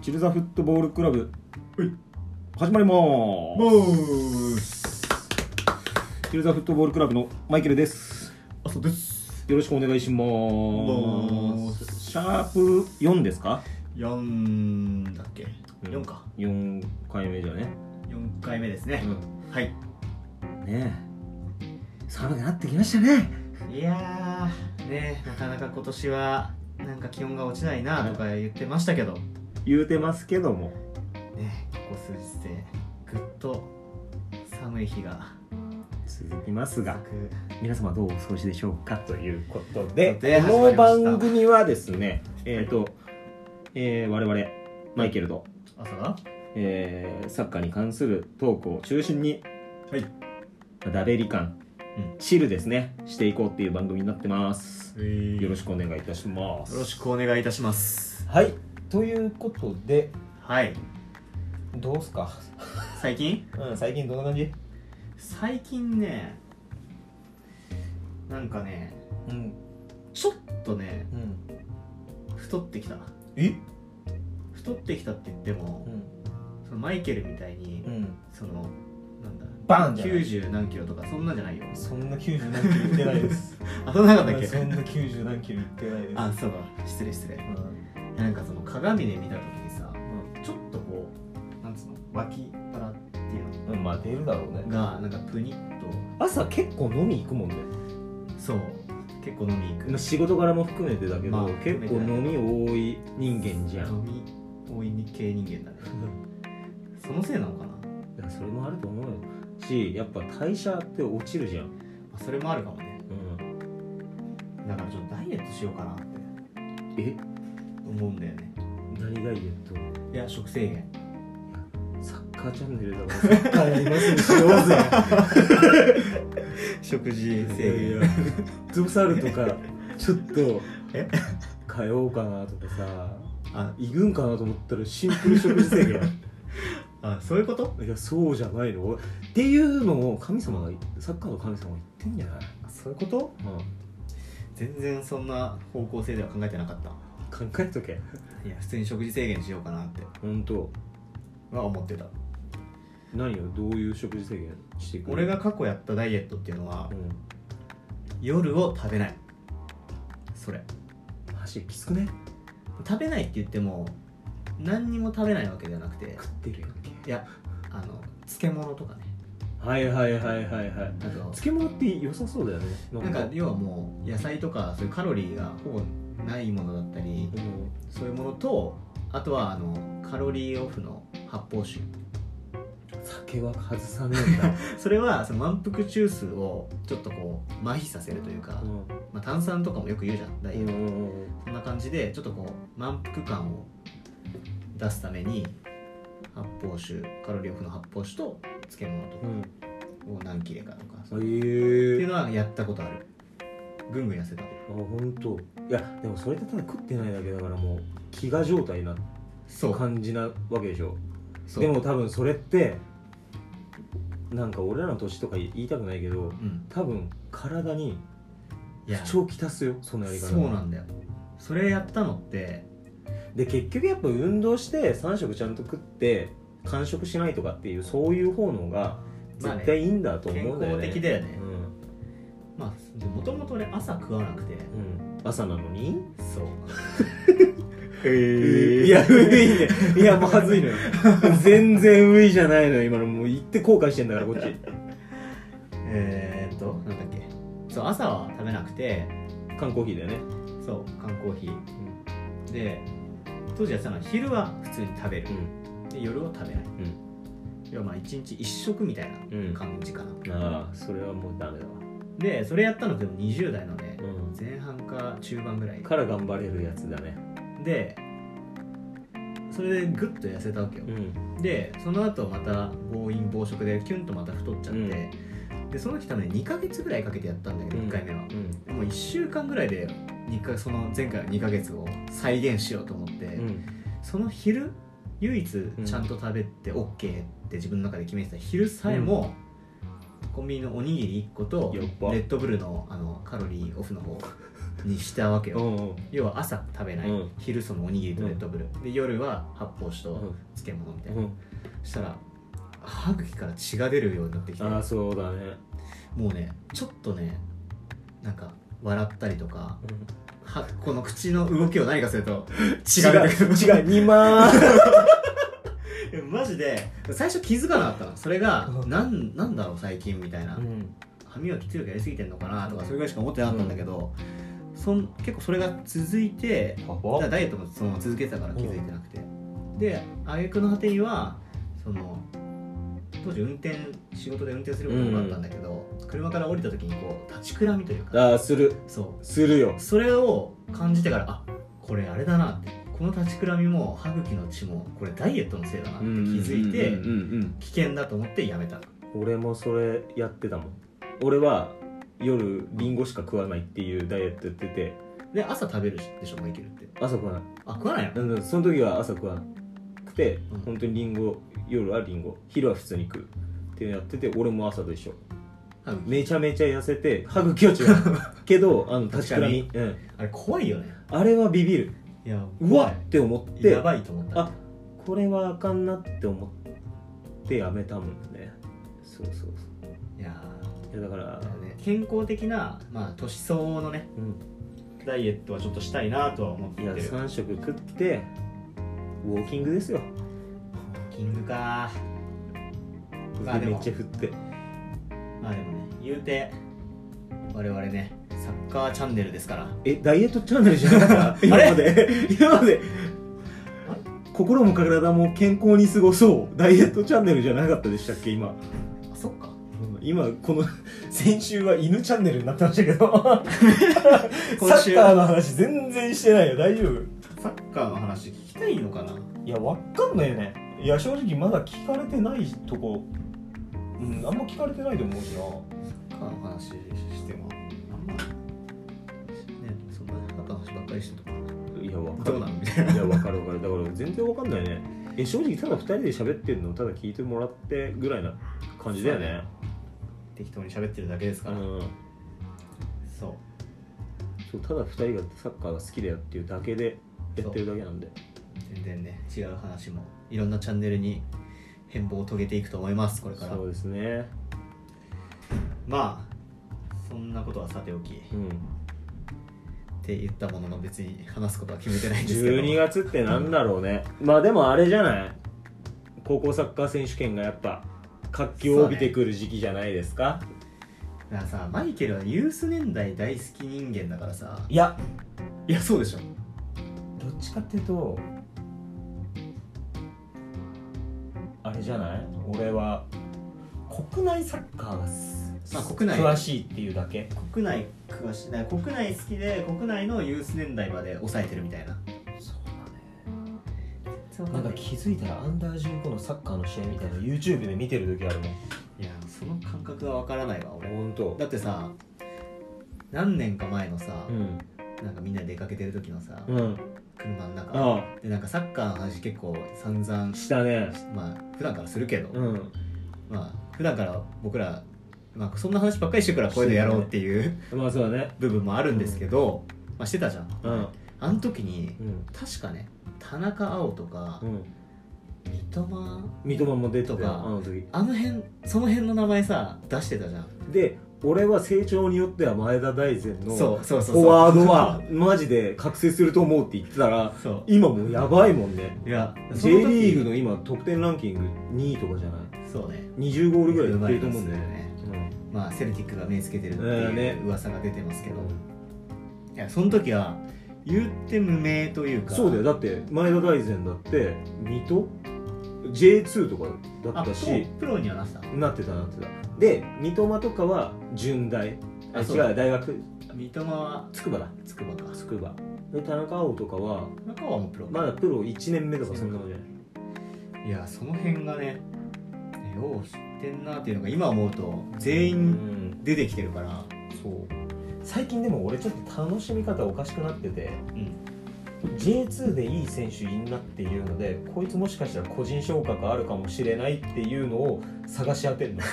チルザフットボールクラブはい始まりまーもうすチルザフットボールクラブのマイケルですあそうですよろしくお願いしまーすシャープ4ですか4だっけうん4か4回目じゃね4回目ですね、はいねえ寒くなってきましたねいやーねなかなか今年はなんか気温が落ちないなとか言ってましたけど言うてますけどもねここ数日でぐっと寒い日が続きますが続く皆様どうお過ごしでしょうかということででこの始まりました番組はですねえっ、と、えー我々マイケルと朝がえーサッカーに関するトークを中心に、はいまあ、ダベリ感、うんチルですねしていこうっていう番組になってますよよろしくお願いいたしますよろしくお願いいたしますはいということではいどうすか、最近うん、最近どんな感じ最近ねなんかねうんちょっとねうん太ってきたえ太ってきたって言ってもうんそのマイケルみたいにうんそのなんだバンじゃない90何キロとかそんなんじゃないよそんな90何キロ言ってないですあそんなかそっん たなっけ90何キロ言ってないですあそうか失礼失礼なんかその鏡で見た時にさちょっとこうなんつうの脇腹っていううん、うん、まあ出るだろうねのがなんかプニッと朝結構飲み行くもんねそう結構飲み行くまあ仕事柄も含めてだけど、まあ結構飲み多い人間じゃん飲み多い系人間 だねそのせいなのかな、いやそれもあると思うよしやっぱ代謝って落ちるじゃん、まあ、それもあるかもねだからちょっとダイエットしようかなってえ思うんだよね何ダイエットいや食制限サッカーチャンネルだからサッカーやりますよしようぜ食事いやフットサルとかちょっとえ通おうかなとかさあ行くんかなと思ったらシンプル食事制 限あそういうこといやそうじゃないのっていうのを神様がサッカーの神様が言ってんじゃない、あそういうことう全然そんな方向性では考えてなかったん、考えとけいや普通に食事制限しようかなって本当は思ってた何をどういう食事制限していくの俺が過去やったダイエットっていうのはうん夜を食べないそれマジきつくね食べないって言っても何にも食べないわけじゃなくて食ってるやんけいやあの漬物とかねはいはいはいはいはいあと漬物って良さそうだよねなんなんかか要はもう野菜とかそういうカロリーがほぼないものだったりうんそういうものとあとはあのカロリーオフの発泡酒酒は外さねえんだ、それはその満腹中枢をちょっとこう麻痺させるというか、うんまあ、炭酸とかもよく言うじゃんダイエッうんうト、んうんそんな感じでちょっとこう満腹感を出すために発泡酒カロリーオフの発泡酒と漬物とかうんを何切れかとか、ええそうっていうのはやったことあるぐんぐん痩せたあ本当いやでもそれってただ食ってないだけだからもう飢餓状態なそう感じなわけでしょそうでも多分それってなんか俺らの年とか言いたくないけどうん多分体にいや不調きたすよそのやり方そうなんだよそれやったのってで結局やっぱ運動して3食ちゃんと食って完食しないとかっていうそういう方のがまあね絶対いいんだと思う健んだよ康ね的だよね、うんまあもともと俺朝食わなくてうん、朝なのに、そう いやういねいやまずいのよ全然ういじゃないのよ今のもう言って後悔してんだからこっちえーっとなんだっけそう朝は食べなくて缶コーヒーだよね、そう缶コーヒーで当時やってたのは昼は普通に食べるう、んで夜は食べない、要はまあ一日一食みたいうんな感じかな、ああそれはもうダメだわ、でそれやったのでも20代のねう前半か中盤ぐらいん、から頑張れるやつだねでそれでグッと痩せたわけよ、んでその後また暴飲暴食でキュンとまた太っちゃって、うんでその時多分ね2ヶ月ぐらいかけてやったんだけど、うん1回目はうんもう1週間ぐらいで二回その前回の2ヶ月を再現しようと思って、うんその昼唯一んちゃんと食べて OK って自分の中で決めてた昼さえも、コンビニのおにぎり1個とやレっば ッドブルのあのカロリーオフの方にしたわけよ、うんうん要は朝食べない、うん昼そのおにぎりとレッドブル、で夜は発泡酒とうん漬物みたいな、うんしたら歯茎から血が出るようになってきてああそうだねもうねちょっとねなんか笑ったりとかはこの口の動きを何かする と違う違う2万いやマジ で最初気づかなかったのそれがうんなんなんだろう最近みたいな、うん歯磨き強くやりすぎてんのかなとかそれぐらいしか思ってなかったんだけど、そん結構それが続いてだからダイエットもそのまま続けてたから気づいてなくて、で挙句の果てにはその当時運転仕事で運転することもあったんだけど、車から降りた時にこう立ちくらみというかああするそするようそれを感じてからあこれあれだなってこの立ちくらみも歯茎の血もこれダイエットのせいだなって気づういんうんてうんうん危険だと思ってやめた俺もそれやってたもん俺は夜リンゴしか食わないっていうダイエットやっててで朝食べるでしょマイケルって朝食わないあ食わないのなんだその時は朝食わなくてうん本当にリンゴ夜はリンゴ昼は普通に食うっていうのやってて俺も朝と一緒歯茎めちゃめちゃ痩せて歯茎は違 うけどあの立ちくらみ、うん、あれ怖いよねあれはビビるいやうわっって思ってやばいと思ったあこれはあかんなって思ってやめたもんねそうそうそいやういやだからー、健康的な、まあ、年相応のねうダイエットはちょっとしたいなとは思ってん、いやるウォ3食食ってウォーキングですよーキングかまあ腕でもめっちゃ振ってまあでもね言うて我々ねサッカーチャンネルですからえダイエットチャンネルじゃなかった 今まで 今まで心も体も健康に過ごそうダイエットチャンネルじゃなかったでしたっけ今あそっか今この先週は犬チャンネルになってましたけど今週サッカーの話全然してないよ大丈夫サッカーの話聞きたいのかないやわかんないよねいや正直まだ聞かれてないとこうんあんま聞かれてないと思うしなサッカーの話してもあんまねそんなサッカーの話ばっかりしてるとかいやわどうなのみたいないやわかるわかるだから全然わかんないねえ正直ただ2人で喋ってるのをただ聞いてもらってぐらいな感じだよね適当に喋ってるだけですかうら、んそうそうただ2人がサッカーが好きだよっていうだけでやってるだけなんで全然ね違う話もいろんなチャンネルに変貌を遂げていくと思いますこれからそうですねまあそんなことはさておきっうんて言ったものの別に話すことは決めてないんですけど12月ってなんだろうねまあでもあれじゃない高校サッカー選手権がやっぱ活気を帯びてくる時期じゃないですか、だからさマイケルはユース年代大好き人間だからさいやいやそうでしょどっちかっていうとあれじゃない俺は国内サッカーがす、まあ国内詳しいっていうだけ国内詳しいだから国内好きで国内のユース年代まで抑えてるみたいなそうだねなんか気づいたらアンダー15のサッカーの試合みたいなの YouTube で見てる時あるもんいやその感覚がわからないわ俺本当だってさ何年か前のさ、うんなんかみんなで出かけてる時のさ、うん車の中あでなんかサッカーの話結構散々あしたねまあ普段からするけど、うんまあ普段から僕ら、まあ、そんな話ばっかりしてるからこういうのやろうっていうまあそうだね部分もあるんですけど、まあしてたじゃんうんあの時にうん確かね田中碧とかうん三笘三笘も出てたとよかあの時あの辺その辺の名前さ出してたじゃんで俺は成長によっては前田大然のそうそうそうそフうォワードはマジで覚醒すると思うって言ってたらそ今もうやばいもんねういや J リーグのの今得点ランキング2位とかじゃない時そうね20ゴールぐらい生いっまてれるとたん思うでんだすよよね、ねうんまあセルティックが目つけてるってうんねいう噂が出てますけど、いやその時は言って無名というかそうだよだって前田大然だって水戸 J2 とかだあったプロしプロにはなってたなってたなってたで三笘とかは順大ああ違そううだ大学三笘は筑波だ筑波か筑波で田中碧とかは中はもうプロまだプロ1年目とかそんなもんじゃないいやその辺がねよう知ってんなっていうのが今思うと全員ん出てきてるからそう最近でも俺ちょっと楽しみ方おかしくなっててうん J2 でいい選手いんなっていうのでこいつもしかしたら個人昇格あるかもしれないっていうのを探 し当てるの好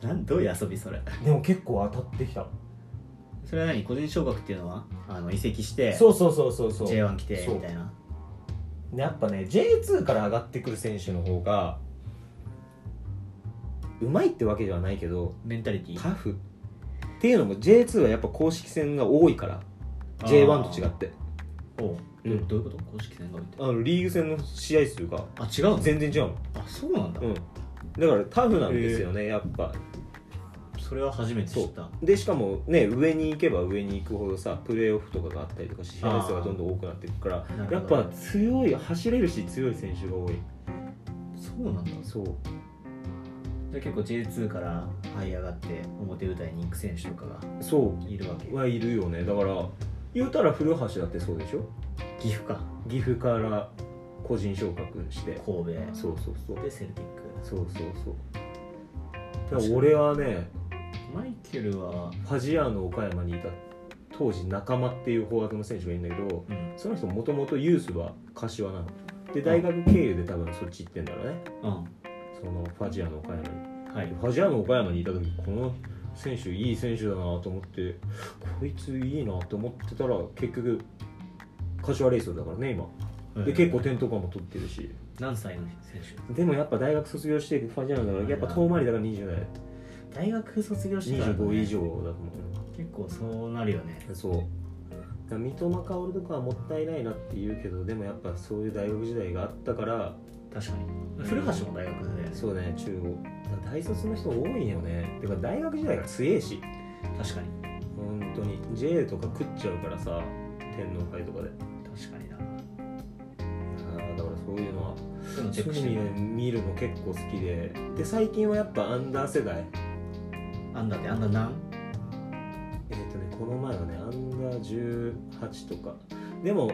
きなんどういう遊びそれでも結構当たってきたそれは何個人昇格っていうのはあの移籍してそうそうそうそうそう J1 来てそうみたいなやっぱね J2 から上がってくる選手の方がうまいってわけではないけどメンタリティタフっていうのも J2 はやっぱ公式戦が多いからあー J1 と違っておううんどういうこと公式戦が多いってあのリーグ戦の試合数があ違うの全然違うの、あそうなんだ、うん、だからタフなんですよねやっぱそれは初めて知ったでしかもね上に行けば上に行くほどさプレーオフとかがあったりとか試合数がどんどん多くなっていくからなるやほっどぱ強い走れるし強い選手が多いそうなんだそうじゃあ結構 J2 から這い上がって表舞台に行く選手とかがそいるわけうはいるよねだから言うたら古橋だってそうでしょ岐阜か岐阜から個人昇格して神戸そうそうそうでセルティックそうそうそうだから俺はねマイケルはファジアーノ岡山にいた当時仲間っていうフォワードの選手がいるんだけどうんその人もともとユースは柏なので大学経由で多分そっち行ってんだろうねうそのファジアーノ岡山にんはいファジアーノ岡山にいた時この選手いい選手だなと思ってこいついいなと思ってたら結局柏レイソルだからね今で結構点とかも取ってるし何歳の選手でもやっぱ大学卒業してファジアーノだからやっぱ遠回りだから20代大学卒業してからね、 25以上だと思う結構そうなるよねそうだから三笘薫とかはもったいないなって言うけどでもやっぱそういう大学時代があったから確かに古橋も大学だよねそうね中央だから大卒の人多いよねてか大学時代が強えし確かに本当に J とか食っちゃうからさ天皇会とかで確かになあーだからそういうのはそういうの趣チェックし味てでる見るの結構好きでで最近はやっぱアンダー世代アンダーってアンダー何えっ、とねこの前はねアンダー18とかでも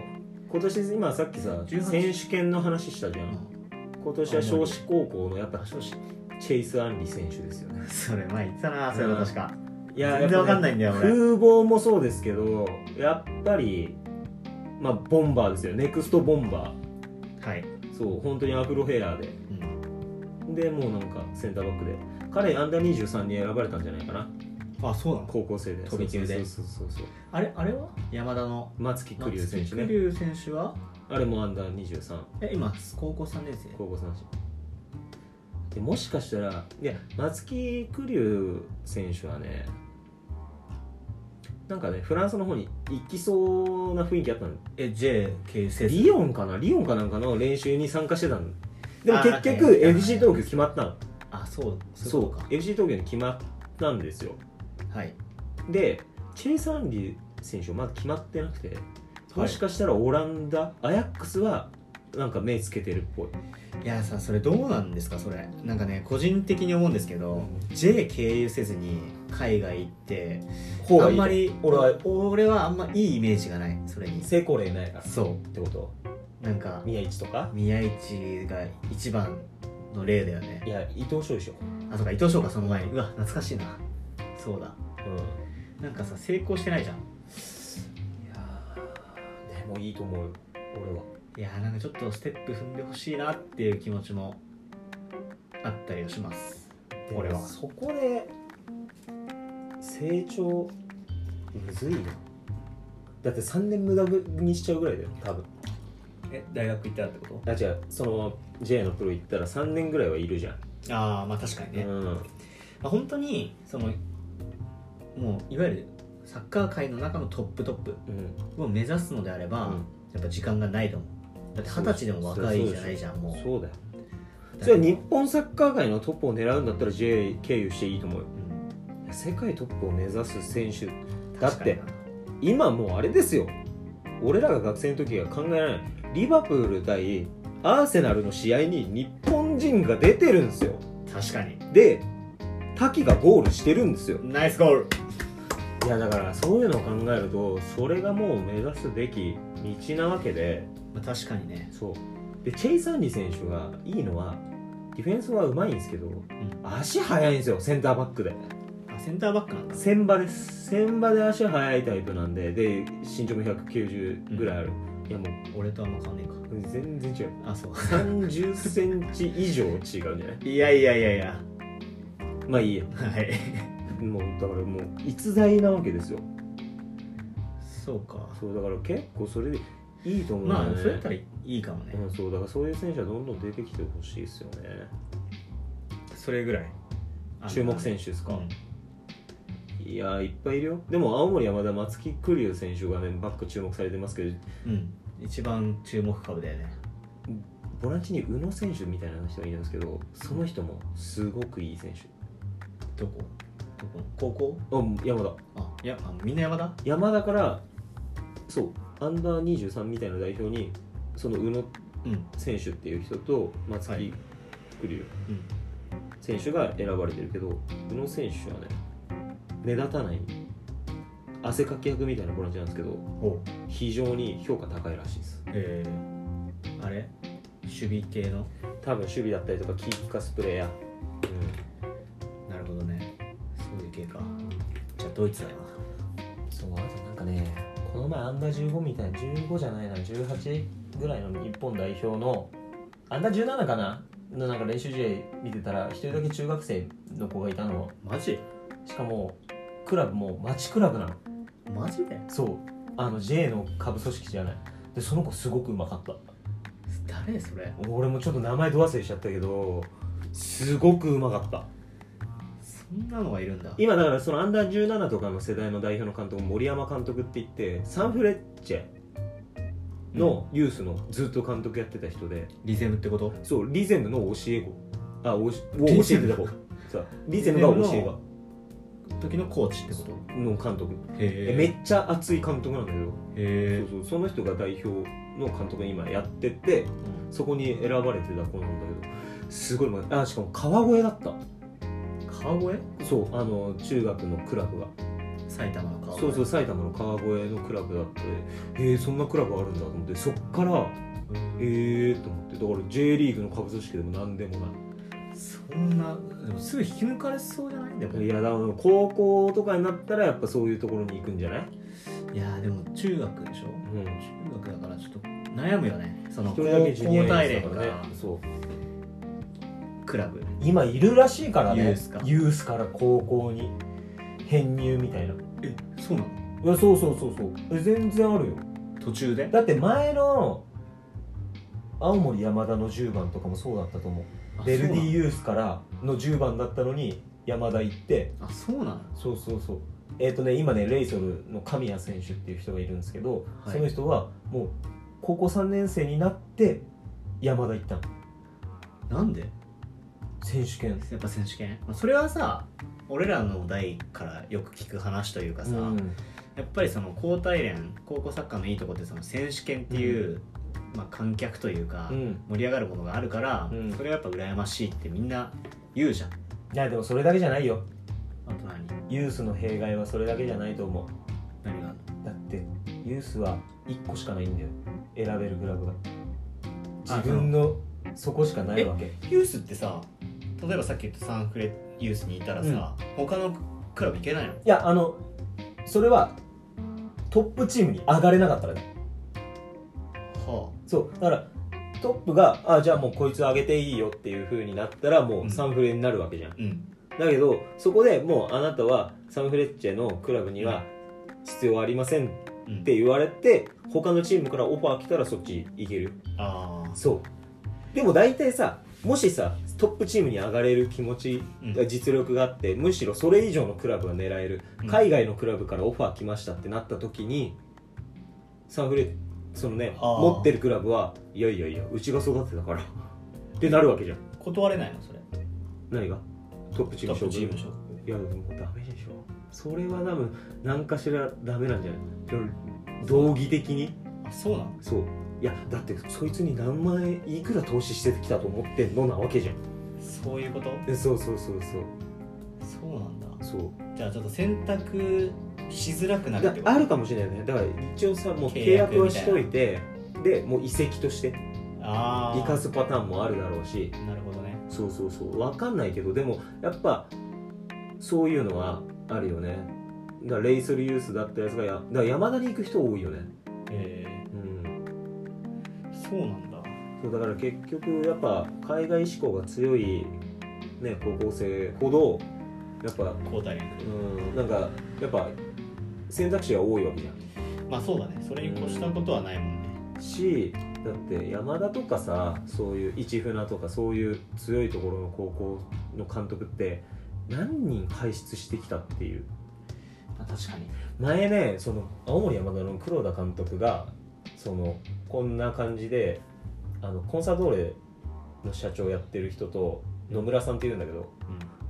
今年今さっきさ18選手権の話したじゃん今年は少子高校のやっぱあ少子チェイス・アンリ選手ですよねそれ前言ってたなそれは確かいや全然わかんないいんだよ俺風貌もそうですけどやっぱりまあボンバーですよネクストボンバはいーそう本当にアフロヘアでうんでもうなんかセンターバックで彼アンダー23に選ばれたんじゃないかなあそうなの高校生で飛び級でそうそうそうそうそうあれあれは山田の松木玖生選手ね栗生選手はあれもアンダー23え今高校3年生高校3でもしかしたらいや松木玖生選手はねなんかねフランスの方に行きそうな雰囲気あったのえ J 系生リオンかなリオンかなんかの練習に参加してたのでもあ結は局いはいはい FC 東京決まったのあそうそういそうこと FC 東京に決まったんですよかはいでチェイス・アンリ選手はまだ決まってなくてもしかしたらオランダアヤックスはなんか目つけてるっぽいいやさそれどうなんですかそれなんかね個人的に思うんですけど、J 経由せずに海外行ってほあんまり俺は俺はあんまいいイメージがないそれに成功例ないからそってことうなんか宮市とか宮市が一番の例だよねいや伊藤翔でしょ、あそうか伊藤翔がその前にうわ懐かしいなそうだうん、いなんかさ成功してないじゃんやーでもいいと思うよ俺はいやーなんかちょっとステップ踏んでほしいなっていう気持ちもあったりはします俺はそこで成長むずいなだって3年無駄にしちゃうぐらいだよ多分え大学行ったらってこあ違うその J のプロ行ったら3年ぐらいはいるじゃん、とああまあ確かにね、うんまあ、本当にそのもういわゆるサッカー界の中のトップトップうんを目指すのであれば、うんやっぱ時間がないと思うだって二十歳でも若いじゃないじゃんもうそうだよだそけれどは日本サッカー界のトップを狙うんだったら J 経由していいと思うようん世界トップを目指す選手だっ確かにて今もうあれですよ俺らが学生の時は考えられないリバプール対アーセナルの試合に日本人が出てるんですよな確かにで滝がゴールしてるんですよナイスゴールいやだからそういうのを考えるとそれがもう目指すべき道なわけでまあ確かにねそうでチェイサンリ選手がいいのはディフェンスはうまいんですけど、足速いんですよセンターバックであセンターバックなんだ千場です千場で足速いタイプなんでで身長も190ぐらいある、いやもう俺とあんま変わんねえ全然違うかあそう3 0ンチ以上違うんじゃないいやいやいやいやまあいいやはいもうだからもう逸材なわけですよそうかそうだから結構それでいいと思うんだよまあねそれやったらいいかもね、うん、そうだからそういう選手はどんどん出てきてほしいですよねそれぐらいあの注目選手ですうかん、いやーいっぱいいるよでも青森山田松木玖生選手がねバック注目されてますけどうん、一番注目株だよねボランチに宇野選手みたいな人がいるんですけどその人もすごくいい選手どこどこ高校あ山田あいやあみんな山田山田からそうアンダー23みたいな代表にその宇野うん選手っていう人と松は木い玖うん生選手が選ばれてるけど宇野選手はね目立たない汗かき役みたいなボランチなんですけどお非常に評価高いらしいですえー、あれ守備系の多分守備だったりとかキーカスプレーヤー、なるほどねそういう系かじゃあドイツだよそうあとなんかねこの前アンダー15みたいな15じゃないな18ぐらいの日本代表のアンダー17かなのなんか練習試合見てたら一人だけ中学生の子がいたのマジしかもクラブも町クラブなのマジでそうあの J の下部組織じゃないでその子すごくうまかった誰それ俺もちょっと名前ど忘れしちゃったけどすごくうまかったそんなのがいるんだ今だからそのアンダー17とかの世代の代表の監督森山監督って言ってサンフレッチェのユースのずっと監督やってた人で、リゼムってことそうリゼムの教え子あおしをリ教ゼえてムた子そうリゼムが教え子時のコーチってことの監督、へめっちゃ熱い監督なんだけど、へそうそうその人が代表の監督に今やっててそこに選ばれてた子なんだけどすごいうまいあしかも川越だったえ川越そうあの中学のクラブが埼玉の川越そうそう埼玉の川越のクラブだってえー、そんなクラブあるんだと思ってそっからえー、と思ってだから J リーグの下部組織でも何でもなそんなでもすぐ引き抜かれそうじゃないんだよいいいややだから高校とかになったらやっぱそういうところに行くんじゃないでも中学でしょうん中学だからちょっと悩むよねその一人だけジュニア高ユ体ース連だかからねそうクラブ今いるらしいからねユースかユースから高校に編入みたいないえそうなのやそうそうそうそうえ全然あるよ途中でだって前の青森山田の10番とかもそうだったと思うあベルディユースからの10番だったのに山田行ってあそうなのそうそうそうえっ、とね今ねレイソルの神谷選手っていう人がいるんですけど、はいその人はもう高校3年生になって山田行ったのなんで選手権やっぱ選手権、まあ、それはさ俺らの代からよく聞く話というかさ、うんやっぱりその高体連高校サッカーのいいとこってその選手権っていう、まあ、観客というか、うん盛り上がるものがあるから、うんそれはやっぱ羨ましいってみんな言うじゃんいやでもそれだけじゃないよあと何ユースの弊害はそれだけじゃないと思う何があるだってユースは1個しかないんだよ選べるクラブがあ自分のそこしかないわけのユースってさ例えばさっき言ったサンフレユースにいたらさ、他のクラブ行けないのいやあのそれはトップチームに上がれなかったらねはそうだからトップがあじゃあもうこいつ上げていいよっていう風になったらもううんサンフレになるわけじゃんあうんだけどそこでもうあなたはサンフレッチェのクラブには必要ありませんっうんて言われて他のチームからオファー来たらそっち行けるああそうでも大体さもしさトップチームに上がれる気持ち、うん実力があってむしろそれ以上のクラブが狙える、うん海外のクラブからオファー来ましたってなった時にサンフレそのねあー持ってるクラブはいやいやいやうちが育てたからってなるわけじゃん断れないのそれ何がトップチームトップ勝チーム負ショッいやでもダメでしょそれは多分何かしらダメなんじゃないいや道義的にプあそうなのそういやだってそいつに何万円いくら投資してきたと思ってんのなわけじゃんそういうことえそうそうそうそうそうなんだそうじゃあちょっと選択しづらくなるっだてことあるかもしれないよねだから一応さもう契契約約はしといてでもう移籍としてあ生あかすパターンもあるだろうしなるほどねそうそうそう分かんないけどでもやっぱそういうのはあるよねだからレイソルユースだったやつがやだから山田に行く人多いよねえうんー、そうなんだそうだから結局やっぱ海外志向が強いね高校生ほどやっぱ交代連うんなんかやっぱ選択肢が多いわけじゃんまあそうだねそれに越したことはないもんねしだって山田とかさそういう市船とかそういう強いところの高校の監督って何人輩出してきたっていう確かに前ねその青森山田の黒田監督がそのこんな感じであのコンサドーレの社長やってる人と野村さんっていうんだけど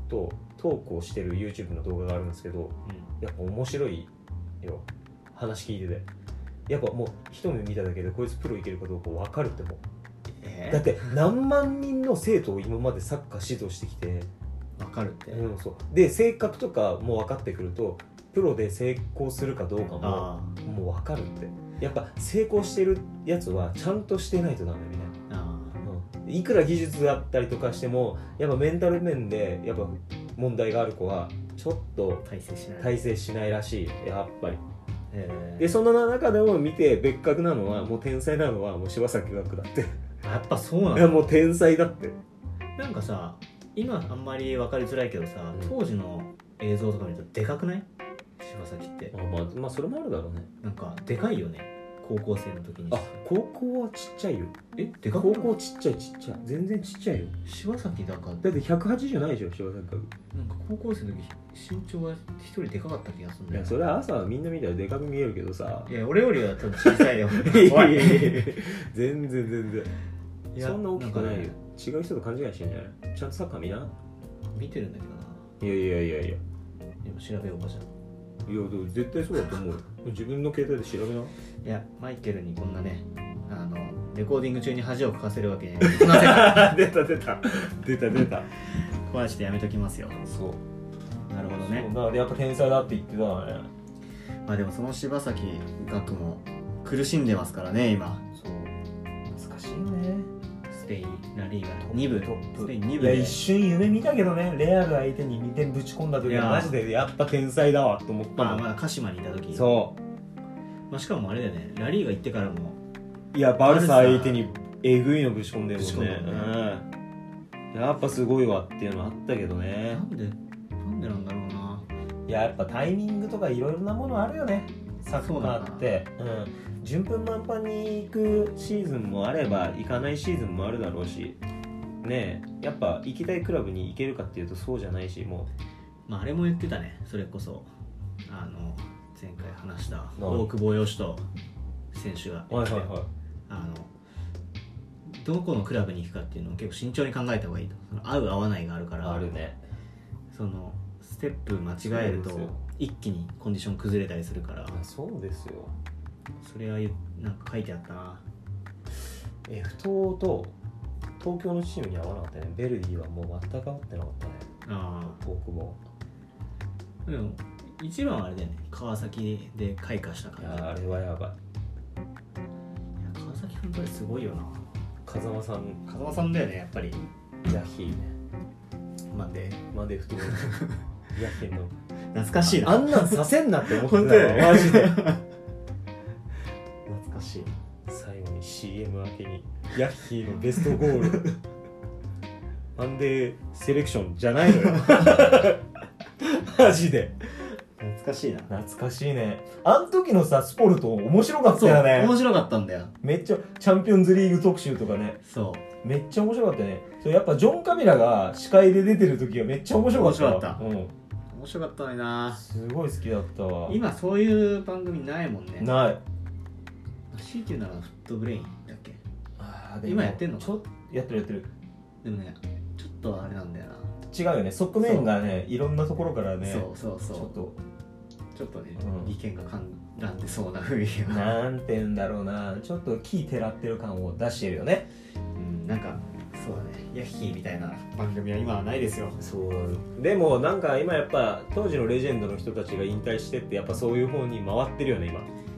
とトークをしてる YouTube の動画があるんですけどやっぱ面白いよ話聞いててやっぱもう一目見ただけでこいつプロいけるかどうか分かるってもうえだって何万人の生徒を今までサッカー指導してきてわかるってうん、そうで性格とかも分かってくるとプロで成功するかどうかもあもう分かるってやっぱ成功してるやつはちゃんとしてないとダメみたいーあな、うん、いくら技術があったりとかしてもやっぱメンタル面でやっぱ問題がある子はちょっとー大成しない体制しないらしいやっぱりえーでその中でも見て別格なのはもう天才なのはもう柴崎岳だってやっぱそうなんいだや もう天才だってなんかさ今あんまり分かりづらいけどさ、うん当時の映像とか見るとでかくない柴崎ってあまあまあそれもあるだろうねなんかでかいよね高校生の時にあ高校はちっちゃいよえでか高くない校ちっちゃいちっちゃい全然ちっちゃいよ柴崎だからだって180じゃないでしょ柴崎君なんか高校生の時身長が一人でかかった気がするんいだよやそれは朝はみんな見たらでかく見えるけどさいや俺よりは多分小さいよいやいおやいやいいや 全然全然いやそんな大きくないよんかね違う人と勘違いしてんじゃないちゃんとサッカー見な見てるんだけどないやいやいやいやいやでも調べようかじゃんでも絶対そうだと思うよ自分の携帯で調べないやマイケルにこんなねあのレコーディング中に恥をかかせるわけにはいきませ ん出た出た出た出たこれはちょっとやめときますよそうなるほどねねだからやっぱ天才だって言ってたわねまあでもその柴崎岳も苦しんでますからね今そう難しいねスペインラリーガ2部トップスペイン2い部やで一瞬夢見たけどねレアル相手に2点ぶち込んだ時いやはマジででやっぱ天才だわと思ったまあの、まだ鹿島にいた時そまあ、しかもあれだよねラリーガ行ってからもういやバルサ相手にえぐいのぶち込んでるもんぶちね込んだうん、やっぱすごいわっていうのあったけどねなんでなんでなんだろうないややっぱタイミングとかいろいろなものあるよねサッカーってうん、順風満帆に行くシーズンもあれば行かないシーズンもあるだろうしねえやっぱ行きたいクラブに行けるかっていうとそうじゃないしもまああれも言ってたねそれこそあの前回話した大久保嘉人選手がう言ってたよあのどこのクラブに行くかっていうのを結構慎重に考えた方がいいとその合う合わないがあるからあるねそのステップ間違えるとそうですよ一気にコンディション崩れたりするからそうですよそれは言うなんか書いてあったな F 党と東京のチームに合わなかったねベルディはもう全く合ってなかったねあ大久保あでも一番はあれだよね川崎で開花したい感じやあれはやばいいや川崎本当にすごいよな風間さん風間さんだよねやっぱりヤヒーねまあでまで 太るヤヒーの懐かしいなあんなんさせんなって思ってた本当よだよマ ジで懐かしい最後に CM 明けにヤッヒーのベストゴー ルマンデーセレクションじゃない のよマジで懐かしいな懐かしいねあの時のさスポルト面白かったそうよね面白かったんだよめっちゃチャンピオンズリーグ特集とかねそうめっちゃ面白かったねそれやっぱジョン・カビラが司会で出てる時がめっちゃ面白かった面白かったうん、面白かったのになすごい好きだったわ今そういう番組ないもんねない強いて言うならフットブレインだっけあー今やってんのちょっやってるやってるでもねちょっとあれなんだよな、違うよね側面がねいろんなところからねそうそうそうちょっとちょっとね、うん意見が絡んでそうな雰囲気が、なんて言うんだろうなちょっと木てらってる感を出してるよねうん、なんかそうだねヤッヒーみたいな番組は今はないですよそうでもなんか今やっぱ当時のレジェンドの人たちが引退してってやっぱそういう方に回ってるよね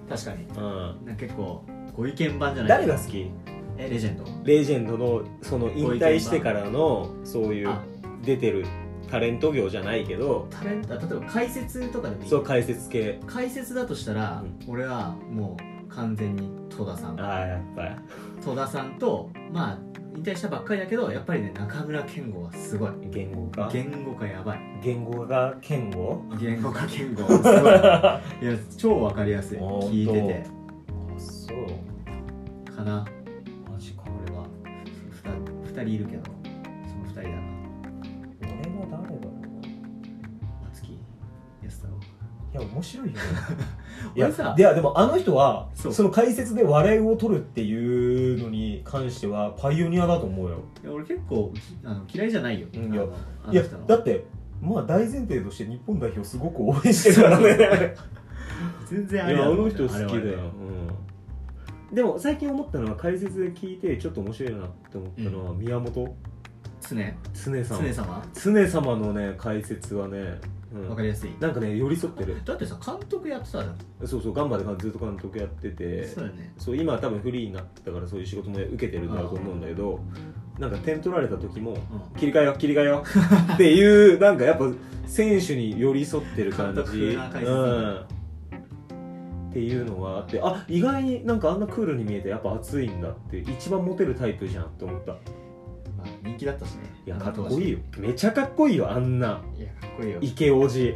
確かに今うんなんか結構ご意見番じゃな誰いが好きえレジェンドレジェンドのその引退してからのそういうあ出てるタレント業じゃないけどタレントあ例えば解説とかでもいいそう解説系解説だとしたら、う俺はもう完全に戸田さんああやっぱり戸田さんとまあ引退したばっかりだけどやっぱりね中村健吾はすごい言語化言語化やばい言語が健語言語化健吾す ごいいや超わかりやすいほんと聞いててあそうかなマジか俺は2人いるけどその2人だな俺は誰だろう松木安太郎ないや面白いよねい俺やさいやでもあの人はそそうの解説で笑いを取るっていうのに関してはパイオニアだと思うよいや俺結構あの嫌いじゃないよ、うんいやあのあいやの人のだってまあ大前提として日本代表すごく応援してるから ね全然あいれやだあと思うの人好きだよあれはあれ、うん、でも最近思ったのは解説で聞いてちょっと面白いなって思ったのは、宮本常常さん常様常様のね解説はね、うんわかりやすいなんかね寄り添ってるだってさ監督やってたじゃん、そうそうガンバでずっと監督やっててそうだよねそう今は多分フリーになったからそういう仕事も受けてるんだろうと思うんだけどなんか点取られた時もう切り替えよう切り替えよう っていうなんかやっぱ選手に寄り添ってる感監督じ風な解説うん、っていうのはあってあ意外になんかあんなクールに見えてやっぱ熱いんだって一番モテるタイプじゃんって思ったいんまあ、人気だったしねやかっこいいよよめちゃかっこいいよあんないやかっこいいよイケオジ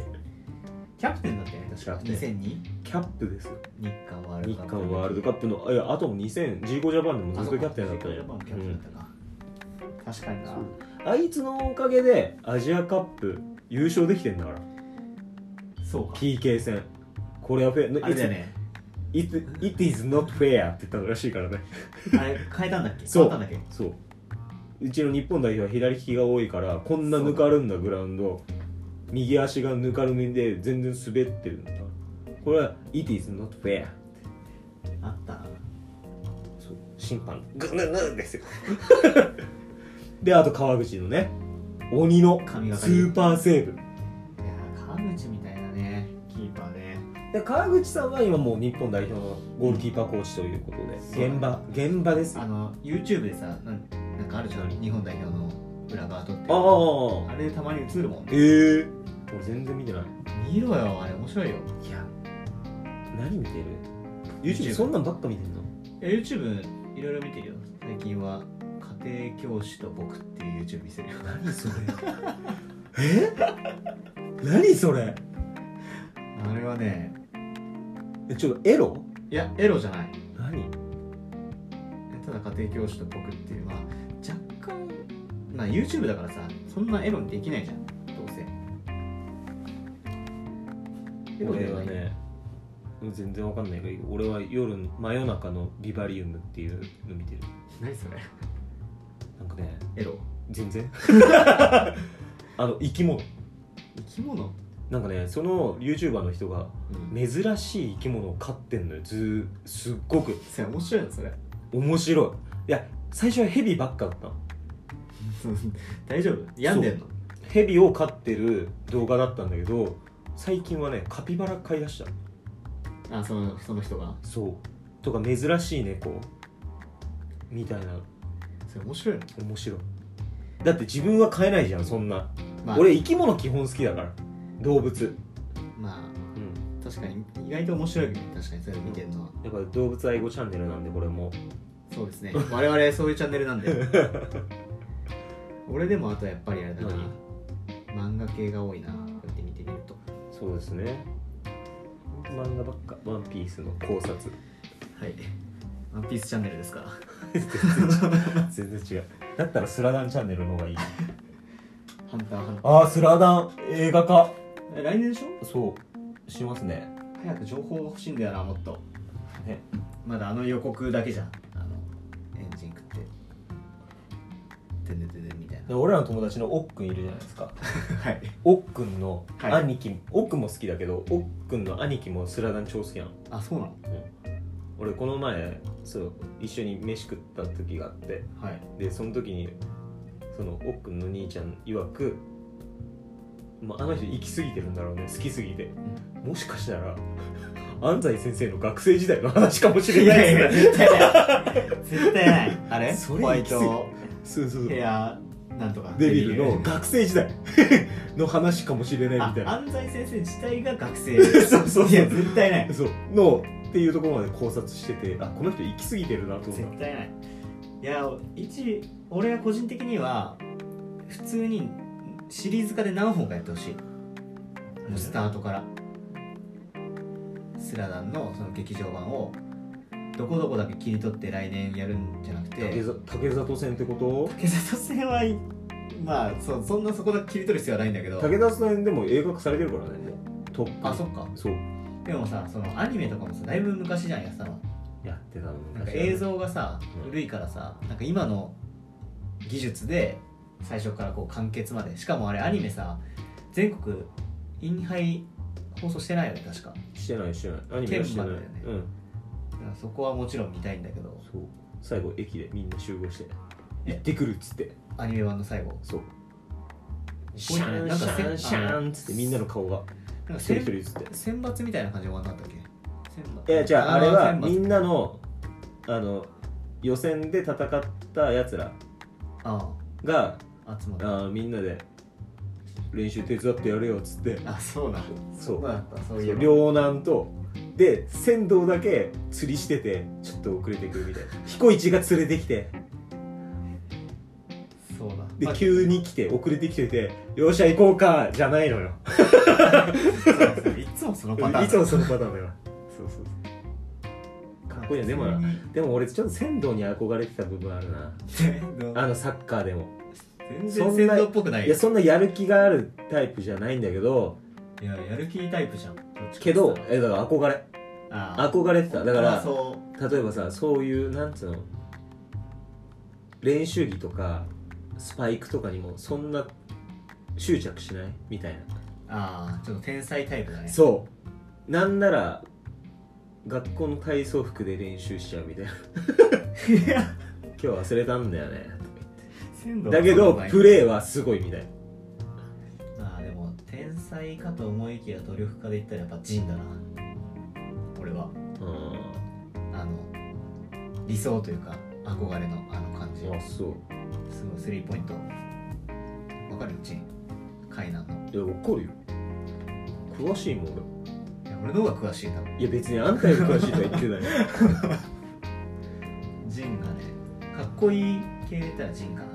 キャプテンだったよね確かキャプテ2002キャップですよ日韓ワール日ドカップ韓ワールドカップのいやあとも2015ジャパンでもずあっそとうキャかプテンだったよジャパンのキャプテンだったか、確かになあいつのおかげでアジアカップ優勝できてんだからそうか PK 戦これはフェあれだよね It, it is not fair って言ったのらしいからねあれ変えたんだっけ そう変わったんだっけそううちの日本代表は左利きが多いからこんなぬかるんだグラウンド右足がぬかるみで全然滑ってるんだこれは It is not fair あったなそう審判グヌヌです よであと川口のね鬼の神がかスりーパーセーブいやー川口みたいなねキーパーねで川口さんは今もう日本代表のゴールキーパーコーチということで、うん現場現場ですよあの YouTube でさなんなんかあるじゃん日本代表の裏側撮ってるあああれたまに映るもんねええ俺全然見てない見ろよあれ面白いよいや何見てる YouTube YouTube そんなんばっか見てんのいや YouTube いろいろ見てるよ最近は家庭教師と僕っていう YouTube 見せるよ何それえ何それ あれはねえちょっとエロいやエロじゃない何ただ家庭教師と僕っていうのは若干まあ YouTube だからさそんなエロにできないじゃんどうせエロで俺ははないね全然わかんないけど俺は夜真夜中のビバリウムっていうの見てる何それなんかねエロ全 然あの生き物生き物なんかねその YouTuber の人がうん珍しい生き物を飼ってんのよずーすっごくそれ面白いのそれ面白いいや最初はヘビばっかだったの 大丈夫病んでんのヘビを飼ってる動画だったんだけど最近はねカピバラ飼いだしたあそのその人がそうとか珍しい猫みたいなそれ面白いの、面白いだって自分は飼えないじゃんそんな、まあ、俺生き物基本好きだから動物まあうん確かに意外と面白いよね確かにそれ見てるのは、やっぱ動物愛護チャンネルなんでこれもそうです ね我々そういうチャンネル なんで俺でもあとやっぱりあれだな漫画系が多いなこうやって見てみるとそうですね漫画ばっか「ワンピースの考察はいワンピースチャンネルですから全然違うだったらスラダンチャンネルの方がいいハンターハンタああスラダン映画化ーえ来年でしょそうしますね早く情報欲しいんだよなもっとねまだあの予告だけじゃんあのエンジン食っててんでんてんでんみたいで俺らの友達のおっくんいるじゃないですかな はいおっくんのはい兄貴、おっくんも好きだけどおっくんの兄貴もスラダン超好きなのあそうなの俺この前そう一緒に飯食った時があってはいでその時にそのおっくんの兄ちゃん曰く、まあ、あの人行き過ぎてるんだろうね好きすぎて、もしかしたら安西先生の学生時代の話かもしれないですね絶対ない絶対ないあれそホれワイトそうそうそうヘアなんとかデビルの学生時代 の話かもしれないあみたいな安西先生自体が学生そうそうそういや絶対ないそうのっていうところまで考察しててあこの人行き過ぎてるなと思った絶対ないいや一俺は個人的には普通にシリーズ化で何本かやってほしいもうスタートからスラダンのその劇場版をどこどこだけ切り取って来年やるんじゃなくて竹ざ竹里線ってこと警察戦はいまあそそんなそこだけ切り取る必要はないんだけど竹里線でも映画化されてるからねもうとあそっかそうでもさそのアニメとかもさだいぶ昔じゃんやってたのやってたのなんか昔はね映像がさうん古いからさなんか今の技術で最初からこう完結までしかもあれアニメさ全国インハイ放送してないよね確かしてないしてないアニメはしてない、剣幕だよねうんだからそこはもちろん見たいんだけどそう最後駅でみんな集合してえ行ってくるっつってアニメ版の最後そうシシャャンンシシャャンンシシャャンっつってみんなの顔がなんか一人一人選っつって選抜みたいな感じで終わんなかったっけいやじゃああれはみなんなのあの予選で戦ったやつらあがあ集まあったーみんなで練習手伝ってやれよっつってあそうだそうだったそういそうう両南とで船頭だけ釣りしててちょっと遅れてくるみたいな彦一が連れてきてそうだでまあ急に来て遅れてきてて「よっしゃ行こうか」じゃないのよそうそういつもそのパターンいつもそのパターンだよそうそうかっこいいよねまあでも俺ちょっと仙道に憧れてた部分あるなあのサッカーでも全然先導っぽくないいやそんなやる気があるタイプじゃないんだけどいややる気タイプじゃんけどえだから憧れあ憧れてただかあらそ例えばさそういうなんつうの練習着とかスパイクとかにもそんな執着しないみたいなうああちょっと天才タイプだねそうなんなら学校の体操服で練習しちゃうみたいない や今日忘れたんだよね先導だけどプレレーはすごいみたいなああでも天才かと思いきや努力家で言ったらやっぱジンだな俺はうんあの理想というか憧れのあの感じあそうすごいスリーポイントわかるうち海南のいや、わかるよ。詳しいもんいや俺の方が詳しい多分俺。いや、別にあんたより詳しいとは言ってない。 ジンがねかっこいい系で言ったらジンかな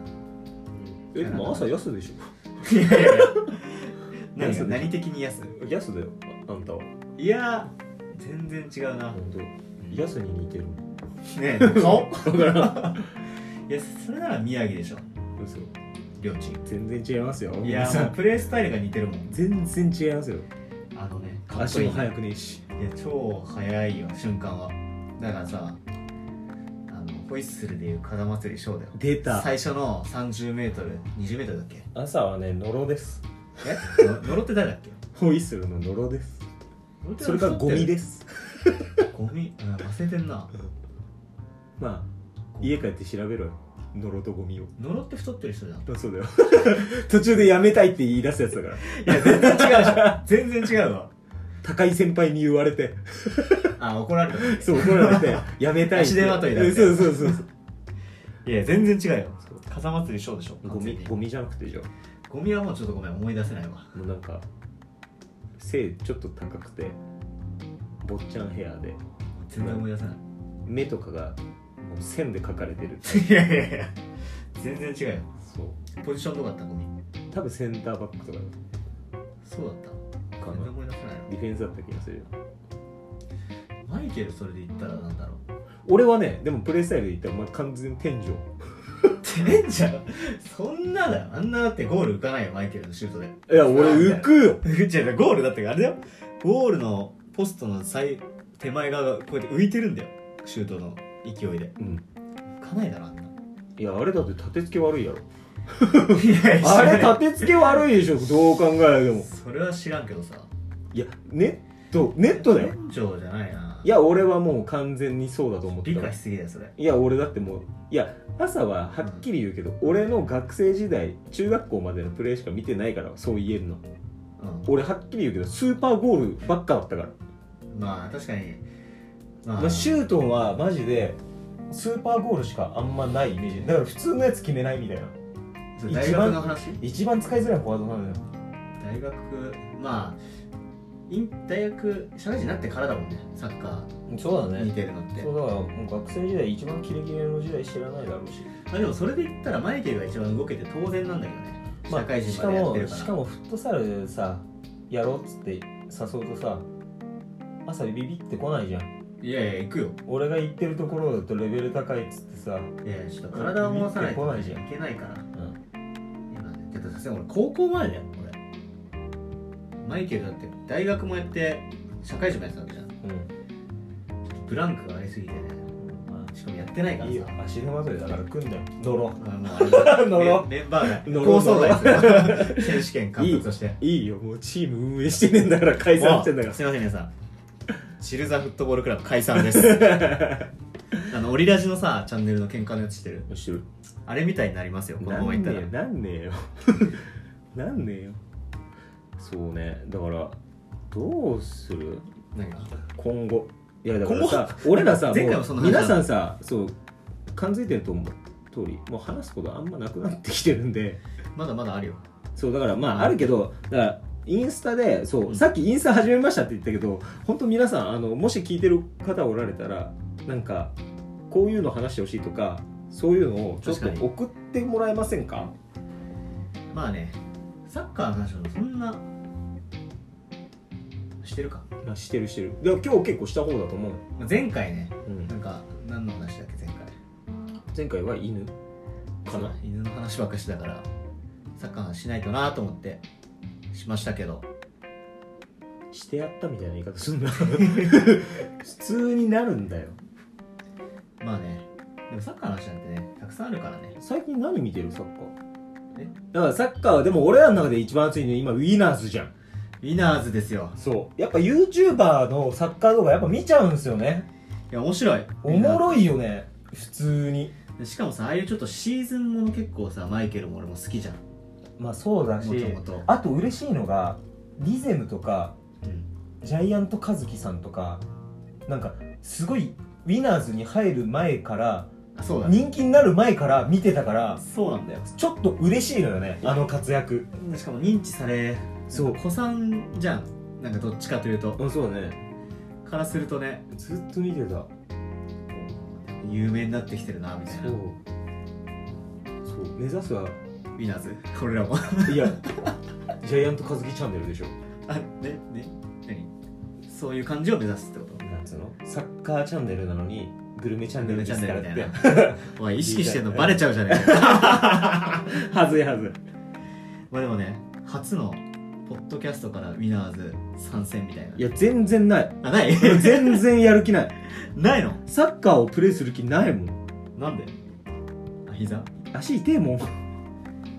え、でも朝安でしいやいやいや何そ何れ何的に安ょ。安だよ、ああんたは。いや全然違うな本当。安に似てるもん。ねえ顔 いやそれなら宮城でしょ嘘。両チ全然違いますよ。いやもうプレースタイルが似てるもん全然違いますよ。あのねかっこ足いいも速くねえし。いや超速いよ瞬間はだからさあのホイッスルでいう風祭りショーだよ出最初の 30m20m だっけ朝はね、野呂です。え の呪って誰だっけホイッスルの野呂です。それからゴミです。ゴミ、うん、忘れてんなまあ、家帰って調べろよ。野呂とゴミを。呪って太ってる人じゃんいあそうだよ。 途中でやめたいって言い出すやつだから。や全然違うじゃん全然違うわ高井先輩に言われて。あ怒られたそう怒られ てやめたいって足手まといだってそうそう そうそういや全然違うよ風祭りショーでしょゴミゴミじゃなくてじゃゴミはもうちょっとごめん思い出せないわあもうなんか背ちょっと高くて坊ちゃんヘアで全然思い出せない目とかがもう線で描かれてるいやいやいや全然違うよそうポジションどうだったゴミ多分センターバックとかそうだったか全然な思い出せないディフェンスだった気がするよなマイケルそれで言ったらなんだろう俺はねでもプレースタイルで言ったらお前完全に天井てんじゃんそんなだよあんなだってゴール浮かないよマイケルのシュートでいや俺浮くよ 違うゴールだってあれだよゴールのポストの最手前側がこうやって浮いてるんだよシュートの勢いでうん浮かないだろあんないやあれだって立て付け悪いやろいやいやあれ知らん立て付け悪いでしょどう考えてもそれは知らんけどさいやネットネットだよ天井じゃないないや俺はもう完全にそうだと思って理た解しすぎだよそれいや俺だってもういや朝ははっきり言うけど、俺の学生時代中学校までのプレーしか見てないからそう言えるのうん俺はっきり言うけどスーパーゴールばっかだったからまあ確かにままあシュュートンはマジでスーパーゴールしかあんまないイメージだから普通のやつ決めないみたいな大学の話一番使いづらいフォワードなのよ大学まあイン大学社会人になってからだもんねサッカそうだーにね出るのって、そうだからもう学生時代一番キレキレの時代知らないだろうしまあ、でもそれで言ったらマイケルが一番動けて当然なんだけどね、まあ社会し人かまでやってもるからしかもフットサルさやろうっつって誘うとさ朝ビビってこないじゃんいやいや行くよ俺が行ってるところだとレベル高いっつってさ、いやいやちょっと体を回さないビビってことないいけじゃんないからうん、今ねだってさすがに俺高校までだよ俺マイケルだって大学もやって社会人もやってたわけじゃんブランクがありすぎてねましかもやってないあからいさいよ足手まといだから組んだよドロあもうあ れ乗ろうメン バー乗がろう構想外ですよ選手権監督としていいよもうチーム運営してねえんだから解散してんだかおすいません皆さんチルザフットボールクラブ 解散ですあのオリラジのさチャンネルの喧嘩のやつしてるらしてるあれみたいになりますよこのままいったらなんねえよ なんねえよそうねだからどうする何が今後いやだからさ俺らさ前回ももうその話皆さんさそう感づいてると思う通りもう話すことあんまなくなってきてるんでまだまだあるよそうだからまああるけどだからインスタでそう、うんさっきインスタ始めましたって言ったけど本当皆さんあのもし聞いてる方おられたらなんかこういうの話してほしいとかそういうのをちょっ確かとに送ってもらえませんかまあねサッカーの話もそんなしてるかまあしてるしてるで今日結構した方だと思う、まあ前回ねうんなんか何の話だっけ前回前回は犬かな犬の話ばっかしてたからサッカーの話しないとなと思ってしましたけどしてやったみたいな言い方す んな普通になるんだよまあねでもサッカーの話なんてねたくさんあるからね最近何見てるサッカーえだからサッカーはでも俺らの中で一番熱いの今ウィナーズじゃんウィナーズですよそうやっぱ YouTuber のサッカー動画やっぱ見ちゃうんですよねいや面白いおもろいよね普通にでしかもさああいうちょっとシーズンもの結構さマイケルも俺も好きじゃんまあそうだしもともとあと嬉しいのがリゼムとかうんジャイアントカズキさんとかなんかすごいウィナーズに入る前からあそうだね人気になる前から見てたからそうなんだよちょっと嬉しいのよねあの活躍しかも認知されそう子さんじゃんなんかどっちかというとうんそうだねからするとねずっと見てた有名になってきてるなみたいそなうウそう目指すはィナーズ俺らも いやジャイアントカズキチャンネルでしょあねね何そういう感じを目指すってことなんつうのサッカーチャンネルなのにグルメチャンネルですからってグルメチおい意識してんのバレちゃうじゃねえか はずいはずまあでもね初のポッドキャストからウィナーズ参戦みたいないいや全然ないあな い 全然やる気ないないのサッカーをプレイする気ないもんなんであ膝足痛えもん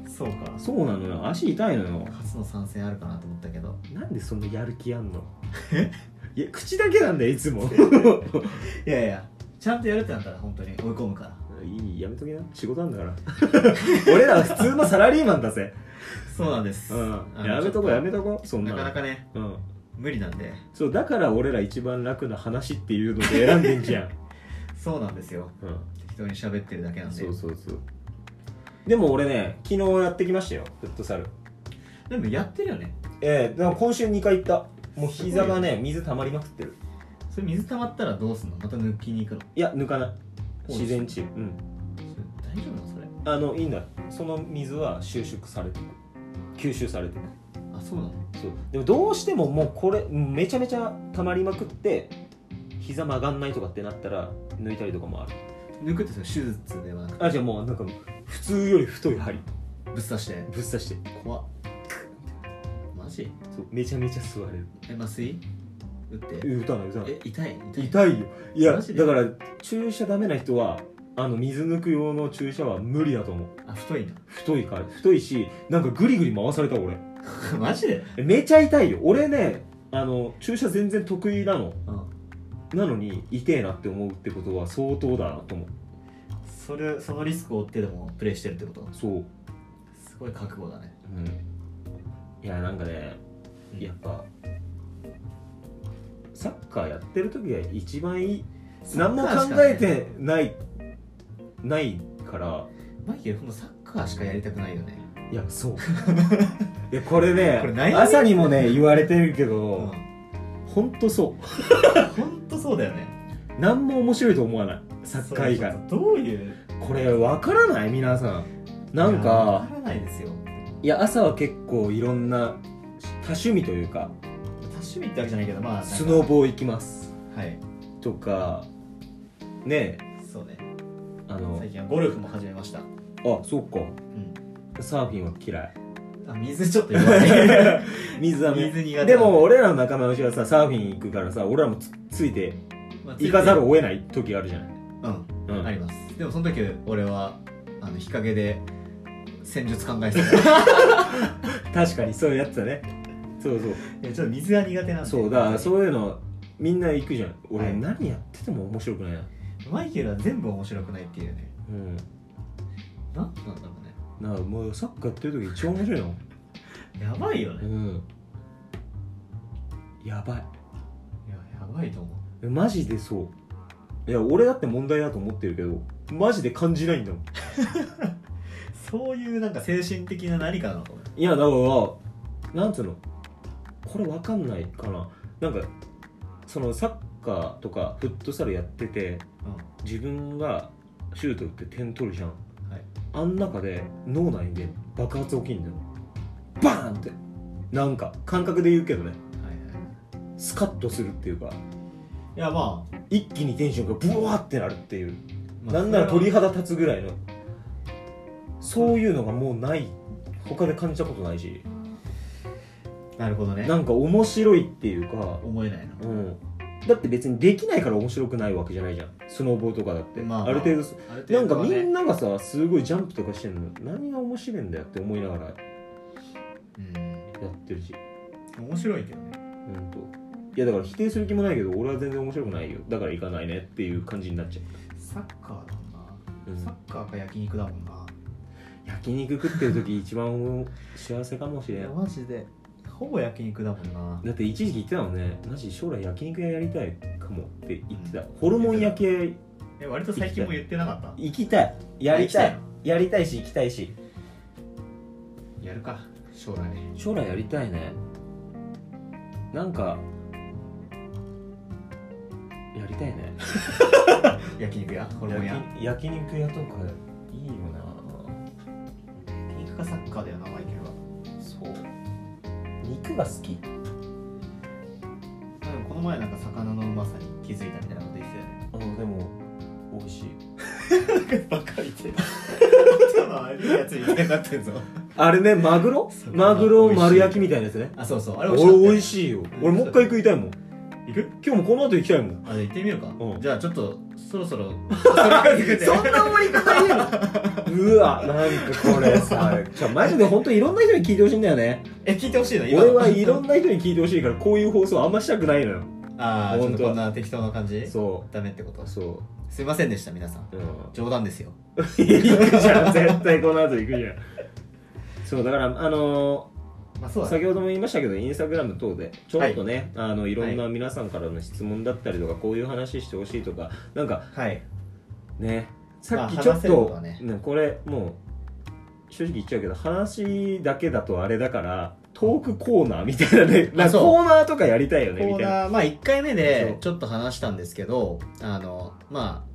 そうかそうなのよ足痛いのよ初の参戦あるかなと思ったけどなんでそんなやる気あんの いや口だけなんだよいつもいやいやちゃんとやるってなったら本当に追い込むから いいやめとけな仕事なんだから 俺らは普通のサラリーマンだぜ、そうなんです、うんあ、のやめとこちょっやめとこそんなのなかなかねうん、無理なんでそうだから俺ら一番楽な話っていうので選んでん じゃん、そうなんですようん、適当に喋ってるだけなんでそうそうそうでも俺ね昨日やってきましたよフットサルでもやってるよねええだから今週2回行ったもう膝がね水溜まりまくってるそれ水溜まったらどうすんのまた抜きに行くのいや抜かないそうです自然治癒うんそれ大丈夫なのそれあのいいんだその水は収縮されてく吸収されてくあそうなのそうでもどうしてももうこれめちゃめちゃ溜まりまくって膝曲がんないとかってなったら抜いたりとかもある抜くってそれ手術ではなくてあじゃあもうなんか普通より太い針ぶっ刺してぶっ刺して怖っマジそうめちゃめちゃ座れるえ麻酔打ってえ打たない打たないえ痛い痛い痛いよいやマジだでから注射ダメな人はあの水抜く用の注射は無理だと思うあ太いな太いから太いしなんかグリグリ回された俺 マジで、めちゃ痛いよ俺ねあの注射全然得意なのうん、なのに痛えなって思うってことは相当だなと思うそれそのリスクを負ってでもプレイしてるってことそうすごい覚悟だねいやなんかねやっぱサッカーやってる時が一番いい何も考えてないないからマイケルほんとサッカーしかやりたくないよねいやそう いやこれねこれ悩み朝にもね言われてるけど、う本当そ本当そうだよねう何も面白いと思わない作家以外そうそうどういうこれわからない皆さんなんいやわかからないですよいや朝は結構いろんな多趣味というか多趣味ってわけじゃないけどまあスノーボー行きますーはいとかねえそうねあの最近はゴルフも始めましたあそうかうんサーフィンは嫌いあ水ちょっと 弱い水は水苦手でも俺らの仲間のうちはさサーフィン行くからさ俺らもつついてまあ行かざるを得ない時あるじゃない、うんうありん、ますでもその時俺はあの日陰で戦術考え てた確かにそういうやつだねそうそういやちょっと水が苦手なんでそうだからそういうのみんな行くじゃん俺、はい何やってても面白くないなマイケルは全部面白くないっていうねうんなんなんだろうねなんかもうサッカーやってる時一番面白いのやばいようねんやばいややばいと思いマジでそういや俺だって問題だと思ってるけどマジで感じないんだもんうそういうなんか精神的な何かなのかもいやだからなんつうのこれわかんないかななんかそのサッカーとかフットサルやっててう自分がシュート打って点取るじゃんんはいあん中で脳内で爆発起きんのよバーンってなんか感覚で言うけどねはいはいスカッとするっていうかいやまあ一気にテンションがブワーってなるっていう、まあなんならそれは鳥肌立つぐらいのそういうのがもうない他で感じたことないしなるほどねなんか面白いっていうか、思えないなうん、だって別にできないから面白くないわけじゃないじゃんスノーボーとかだって、まあまあある程度そあるな程ん度かはみねんながさすごいジャンプとかしてるの何が面白いんだよって思いながらやってるしうん面白いけどねほんといやだから否定する気もないけど俺は全然面白くないよだから行かないねっていう感じになっちゃサッカーだもんなう、サッカーか焼肉だもんな焼肉食ってる時一番幸せかもしれいんやマジでほぼ焼肉だもんなだって一時期言ってたもんねマジ将来焼肉屋やりたいかもって言ってた、ホルモン焼き屋え割と最近も言ってなかった行きたいやりたいやりたいし行きたいしやるか将来将来やりたいねなんかやりたいね焼肉屋ホルモン屋焼き肉屋とかいいよ焼肉かサッカーだよなマイケルはなそう肉が好きでもこの前なんか魚のうまさに気づいたみたいなこと言ってたあのでも美味しいよねバカ言ってたのあれやつみたいになってんぞあれねマグロマグロ丸焼きみたいなやつねあそうそうあれ美味し俺い美味しいよ俺もう一回食いたいもん行く今日もこの後行きたいもんあじゃあ行ってみようか、うんじゃあちょっとそろそ ろそんな終わり方言うの うわなんかこれ さじゃあマジで本当いろんな人に聞いてほしいんだよねえ聞いてほしいの今俺のはいろんな人に聞いてほしいからこういう放送あんましたくないのよああちょっ本当とこんな適当な感じそダメってことうそすいませんでした皆さんう、うん、冗談ですよ行くじゃん絶対この後行くじゃんそうだからあのまあそーうだね先ほども言いましたけどインスタグラム等でちょっとね、い、あのいろんな皆さんからの質問だったりとかこういう話してほしいとかなんかはいねさっきまあちょっ,、話せることとはねこれもう正直言っちゃうけど話だけだとあれだからトークコーナーみたいなねあなんかそうコーナーとかやりたいよコねみーたいなナーまあ1回目そでうちょっと話したんですけどあのまあ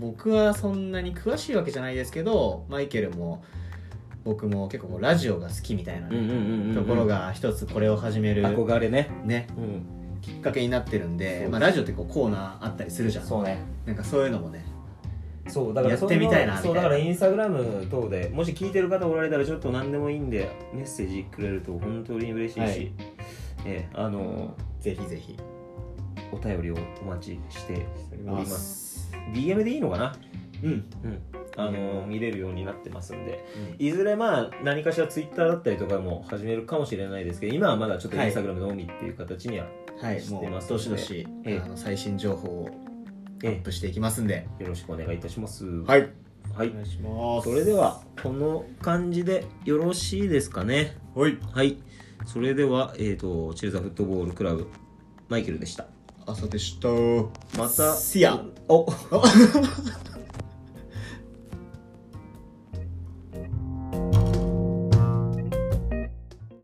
僕はそんなに詳しいわけじゃないですけどマイケルも僕も結構こうラジオが好きみたいなね、うんうんうんうんうんところが一つこれを始める憧れね、ねうん、きっかけになってるんそうでそうまあ、ラジオってこうコーナーあったりするじゃんそうねなんかそういうのもねそうだからやってそれもみたいなみたそいなうだからインスタグラムうん等でもし聞いてる方おられたらちょっと何でもいいんでメッセージくれると本当に嬉しいし、はいええあのぜひぜひお便りをお待ちしておりますす DM でいいのかなうん、あの見れるようになってますんでいずれまあ何かしらツイッターだったりとかも始めるかもしれないですけど今はまだちょっとはイいンスタグラムのみっていう形には、はい知ってもますうどしどし、ええあの最新情報をアえップしていきますんで、えよろしくお願いいたしますはい、はいお願いしますそれではこの感じでよろしいですかねはいはいそれではえっ、とチルザフットボールクラブマイケルでした朝でしたまた See ya お